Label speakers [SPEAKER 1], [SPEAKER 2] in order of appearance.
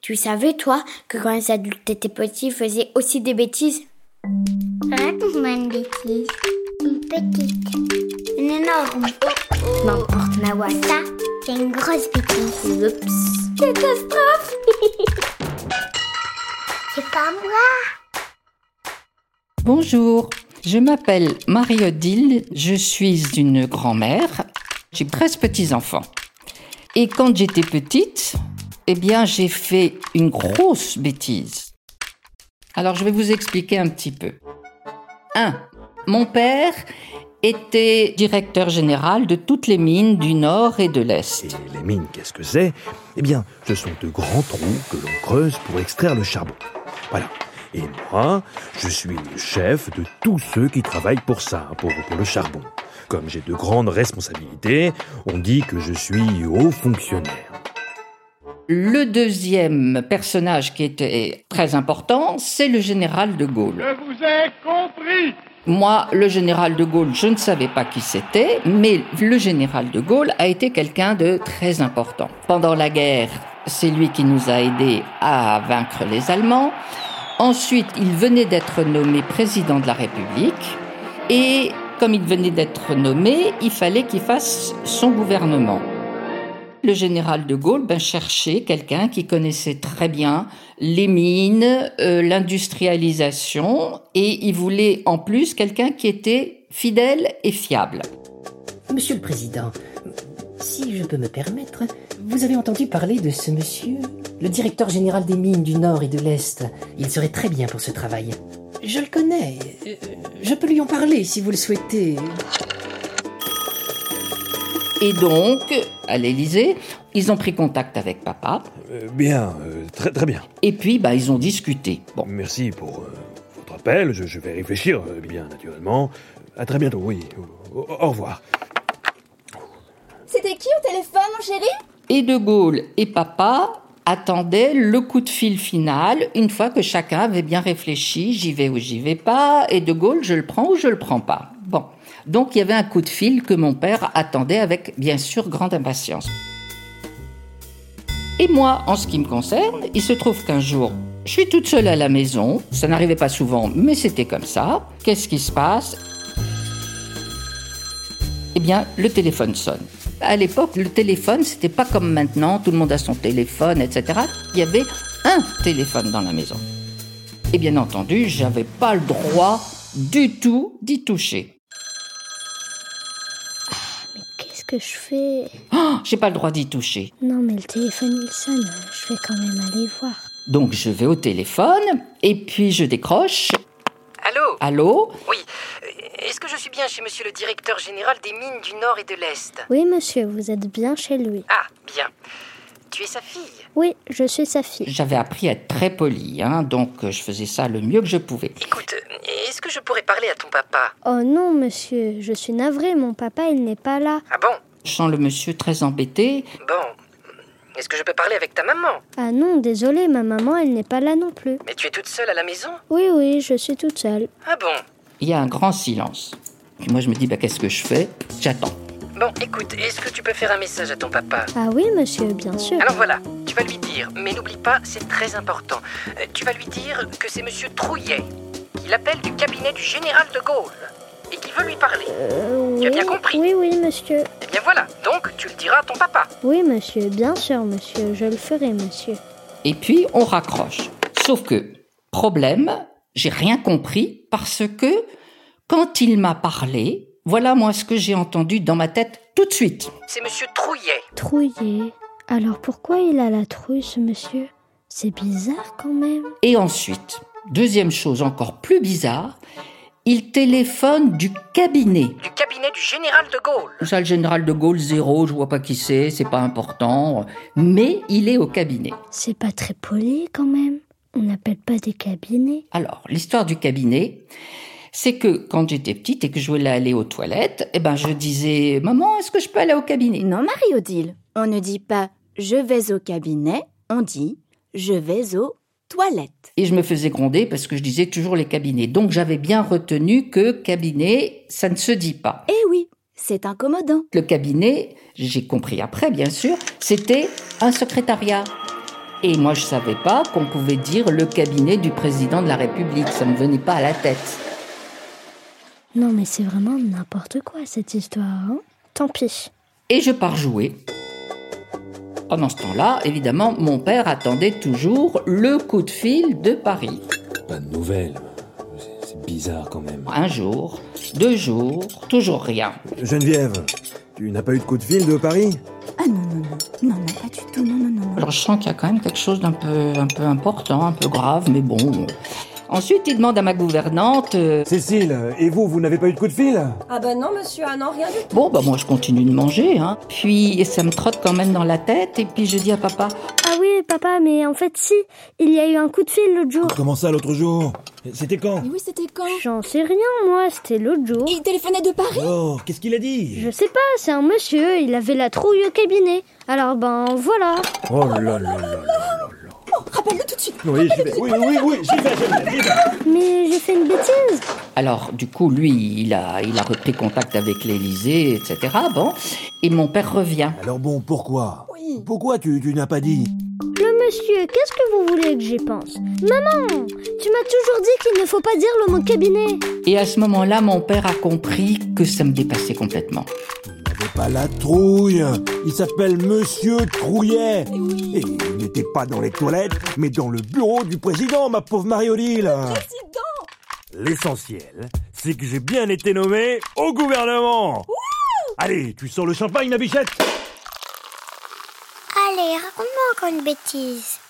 [SPEAKER 1] Tu savais, toi, que quand les adultes étaient petits, ils faisaient aussi des bêtises
[SPEAKER 2] Raconte-moi une bêtise.
[SPEAKER 3] Une petite.
[SPEAKER 2] Une énorme.
[SPEAKER 1] N'importe, ma voix.
[SPEAKER 3] Ça, c'est une grosse bêtise.
[SPEAKER 1] Oups.
[SPEAKER 2] Catastrophe
[SPEAKER 3] C'est pas moi.
[SPEAKER 4] Bonjour, je m'appelle Marie-Odile, je suis une grand-mère, j'ai 13 petits-enfants. Et quand j'étais petite, eh bien j'ai fait une grosse bêtise. Alors je vais vous expliquer un petit peu. 1. Mon père était directeur général de toutes les mines du nord et de l'est.
[SPEAKER 5] Et les mines, qu'est-ce que c'est Eh bien, ce sont de grands trous que l'on creuse pour extraire le charbon. Voilà. Et moi, je suis le chef de tous ceux qui travaillent pour ça, pour, pour le charbon. Comme j'ai de grandes responsabilités, on dit que je suis haut fonctionnaire.
[SPEAKER 4] Le deuxième personnage qui était très important, c'est le général de Gaulle.
[SPEAKER 6] Je vous ai compris
[SPEAKER 4] Moi, le général de Gaulle, je ne savais pas qui c'était, mais le général de Gaulle a été quelqu'un de très important. Pendant la guerre, c'est lui qui nous a aidés à vaincre les Allemands. Ensuite, il venait d'être nommé président de la République. Et comme il venait d'être nommé, il fallait qu'il fasse son gouvernement. Le général de Gaulle ben, cherchait quelqu'un qui connaissait très bien les mines, euh, l'industrialisation, et il voulait en plus quelqu'un qui était fidèle et fiable.
[SPEAKER 7] Monsieur le Président, si je peux me permettre, vous avez entendu parler de ce monsieur Le directeur général des mines du Nord et de l'Est. Il serait très bien pour ce travail. Je le connais. Euh, Je peux lui en parler si vous le souhaitez.
[SPEAKER 4] Et donc, à l'Élysée, ils ont pris contact avec papa,
[SPEAKER 5] Euh, bien, euh, très très bien.
[SPEAKER 4] et puis ben, ils ont discuté. Bon,
[SPEAKER 5] Merci pour euh, votre appel. Je, je vais réfléchir, euh, bien naturellement. À très bientôt, oui. Au- au- au revoir.
[SPEAKER 2] C'était qui au téléphone, mon chéri
[SPEAKER 4] et De Gaulle et papa attendaient le coup de fil final une fois que chacun avait bien réfléchi, j'y vais ou j'y vais pas, et De Gaulle, je le prends ou je le prends pas. Bon. Donc il y avait un coup de fil que mon père attendait avec, bien sûr, grande impatience. Et moi, en ce qui me concerne, il se trouve qu'un jour, je suis toute seule à la maison. Ça n'arrivait pas souvent, mais c'était comme ça. Qu'est-ce qui se passe eh bien, le téléphone sonne. À l'époque, le téléphone, c'était pas comme maintenant, tout le monde a son téléphone, etc. Il y avait un téléphone dans la maison. Et bien entendu, j'avais pas le droit du tout d'y toucher.
[SPEAKER 3] Qu'est-ce que je fais
[SPEAKER 4] Oh, J'ai pas le droit d'y toucher.
[SPEAKER 3] Non, mais le téléphone, il sonne. Je vais quand même aller voir.
[SPEAKER 4] Donc je vais au téléphone et puis je décroche.
[SPEAKER 8] Allô
[SPEAKER 4] Allô
[SPEAKER 8] Oui. Euh, Est-ce que je suis bien chez monsieur le directeur général des mines du Nord et de l'Est
[SPEAKER 3] Oui, monsieur, vous êtes bien chez lui.
[SPEAKER 8] Ah, bien. Tu es sa fille
[SPEAKER 3] Oui, je suis sa fille.
[SPEAKER 4] J'avais appris à être très poli, hein, donc euh, je faisais ça le mieux que je pouvais.
[SPEAKER 8] Écoute, euh, est-ce que je pourrais parler à ton papa
[SPEAKER 3] Oh non, monsieur, je suis navrée. Mon papa, il n'est pas là.
[SPEAKER 8] Ah bon
[SPEAKER 4] Je sens le monsieur très embêté.
[SPEAKER 8] Bon. Est-ce que je peux parler avec ta maman
[SPEAKER 3] Ah non, désolé, ma maman, elle n'est pas là non plus.
[SPEAKER 8] Mais tu es toute seule à la maison
[SPEAKER 3] Oui, oui, je suis toute seule.
[SPEAKER 8] Ah bon
[SPEAKER 4] Il y a un grand silence. Puis moi je me dis, bah, qu'est-ce que je fais J'attends.
[SPEAKER 8] Bon, écoute, est-ce que tu peux faire un message à ton papa
[SPEAKER 3] Ah oui, monsieur, bien sûr.
[SPEAKER 8] Alors voilà, tu vas lui dire, mais n'oublie pas, c'est très important. Euh, Tu vas lui dire que c'est monsieur Trouillet, qu'il appelle du cabinet du général de Gaulle, et qu'il veut lui parler.
[SPEAKER 3] Euh,
[SPEAKER 8] Tu as bien
[SPEAKER 3] oui,
[SPEAKER 8] compris.
[SPEAKER 3] Oui, oui, monsieur.
[SPEAKER 8] Eh bien voilà, donc tu le diras à ton papa.
[SPEAKER 3] Oui, monsieur, bien sûr, monsieur. Je le ferai, monsieur.
[SPEAKER 4] Et puis on raccroche. Sauf que, problème, j'ai rien compris parce que quand il m'a parlé, voilà moi ce que j'ai entendu dans ma tête tout de suite.
[SPEAKER 8] C'est monsieur Trouillet.
[SPEAKER 3] Trouillé. Alors pourquoi il a la trouille, ce monsieur C'est bizarre quand même.
[SPEAKER 4] Et ensuite, deuxième chose encore plus bizarre, il téléphone du cabinet.
[SPEAKER 8] du cabinet du général de Gaulle.
[SPEAKER 4] Ça, le général de Gaulle, zéro, je vois pas qui c'est, c'est pas important, mais il est au cabinet.
[SPEAKER 3] C'est pas très poli quand même. On n'appelle pas des cabinets.
[SPEAKER 4] Alors, l'histoire du cabinet, c'est que quand j'étais petite et que je voulais aller aux toilettes, eh ben, je disais, maman, est-ce que je peux aller au cabinet?
[SPEAKER 9] Non, Marie-Odile, on ne dit pas je vais au cabinet, on dit je vais aux toilettes.
[SPEAKER 4] Et je me faisais gronder parce que je disais toujours les cabinets. Donc j'avais bien retenu que cabinet, ça ne se dit pas.
[SPEAKER 9] Eh oui, c'est incommodant.
[SPEAKER 4] Le cabinet, j'ai compris après bien sûr, c'était un secrétariat. Et moi, je savais pas qu'on pouvait dire le cabinet du président de la République. Ça me venait pas à la tête.
[SPEAKER 3] Non, mais c'est vraiment n'importe quoi cette histoire. hein. Tant pis.
[SPEAKER 4] et je pars jouer. Pendant ce temps-là, évidemment, mon père attendait toujours le coup de fil de Paris.
[SPEAKER 5] Pas de nouvelles. C'est- C'est bizarre quand même.
[SPEAKER 4] Un jour, deux jours, toujours rien.
[SPEAKER 5] Geneviève, tu n'as pas eu de coup de fil de Paris
[SPEAKER 9] Ah non, non, non. Non, non, pas du tout. Non, non, non.
[SPEAKER 4] Alors je sens qu'il y a quand même quelque chose d'un peu, un peu important, un peu grave, mais bon. Ensuite, il demande à ma gouvernante. euh,
[SPEAKER 5] Cécile, et vous, vous n'avez pas eu de coup de fil
[SPEAKER 10] Ah bah non, monsieur, ah non, rien du tout.
[SPEAKER 4] Bon, bah moi je continue de manger, hein. Puis ça me trotte quand même dans la tête, et puis je dis à papa,
[SPEAKER 3] Ah oui, papa, mais en fait, si, il y a eu un coup de fil l'autre jour.
[SPEAKER 5] Comment ça l'autre jour C'était quand
[SPEAKER 10] Mais oui, c'était quand
[SPEAKER 3] J'en sais rien, moi, c'était l'autre jour.
[SPEAKER 10] Il téléphonait de Paris
[SPEAKER 5] Oh, qu'est-ce qu'il a dit
[SPEAKER 3] Je sais pas, c'est un monsieur, il avait la trouille au cabinet. Alors ben voilà.
[SPEAKER 5] Oh là là là là là là.
[SPEAKER 10] Oh, Rappelle-le tout de suite
[SPEAKER 5] Oui, j'y vais. Oui, oui, oui, j'y vais, Geneviève, j'y vais.
[SPEAKER 3] Mais j'ai fait une bêtise.
[SPEAKER 4] Alors, du coup, lui, il a, il a repris contact avec l'Élysée, etc. Bon, et mon père revient.
[SPEAKER 5] Alors bon, pourquoi Pourquoi tu, tu n'as pas dit
[SPEAKER 3] Le monsieur, qu'est-ce que vous voulez que j'y pense Maman, tu m'as toujours dit qu'il ne faut pas dire le mot cabinet.
[SPEAKER 4] Et à ce moment-là, mon père a compris que ça me dépassait complètement.
[SPEAKER 5] N'avez pas la trouille Il s'appelle Monsieur Trouillet
[SPEAKER 10] Eh
[SPEAKER 5] Et il n'était pas dans les toilettes, mais dans le bureau du président, ma pauvre Marie-Odile L'essentiel, c'est que j'ai bien été nommé au gouvernement Allez, tu sors le champagne, ma bichette
[SPEAKER 1] Allez, raconte-moi encore une bêtise.